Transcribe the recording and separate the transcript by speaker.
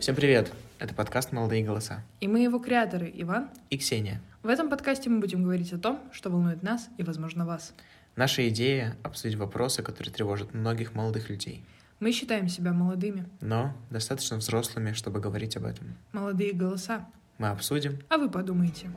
Speaker 1: Всем привет! Это подкаст «Молодые голоса»
Speaker 2: И мы его креаторы, Иван.
Speaker 1: и Ксения.
Speaker 2: В этом подкасте мы будем говорить о том, что волнует нас и, возможно, вас.
Speaker 1: Наша идея — обсудить вопросы, которые тревожат многих молодых людей,
Speaker 2: Мы считаем себя молодыми.
Speaker 1: но достаточно взрослыми, чтобы говорить об этом.
Speaker 2: Молодые голоса.
Speaker 1: Мы обсудим.
Speaker 2: А вы подумайте.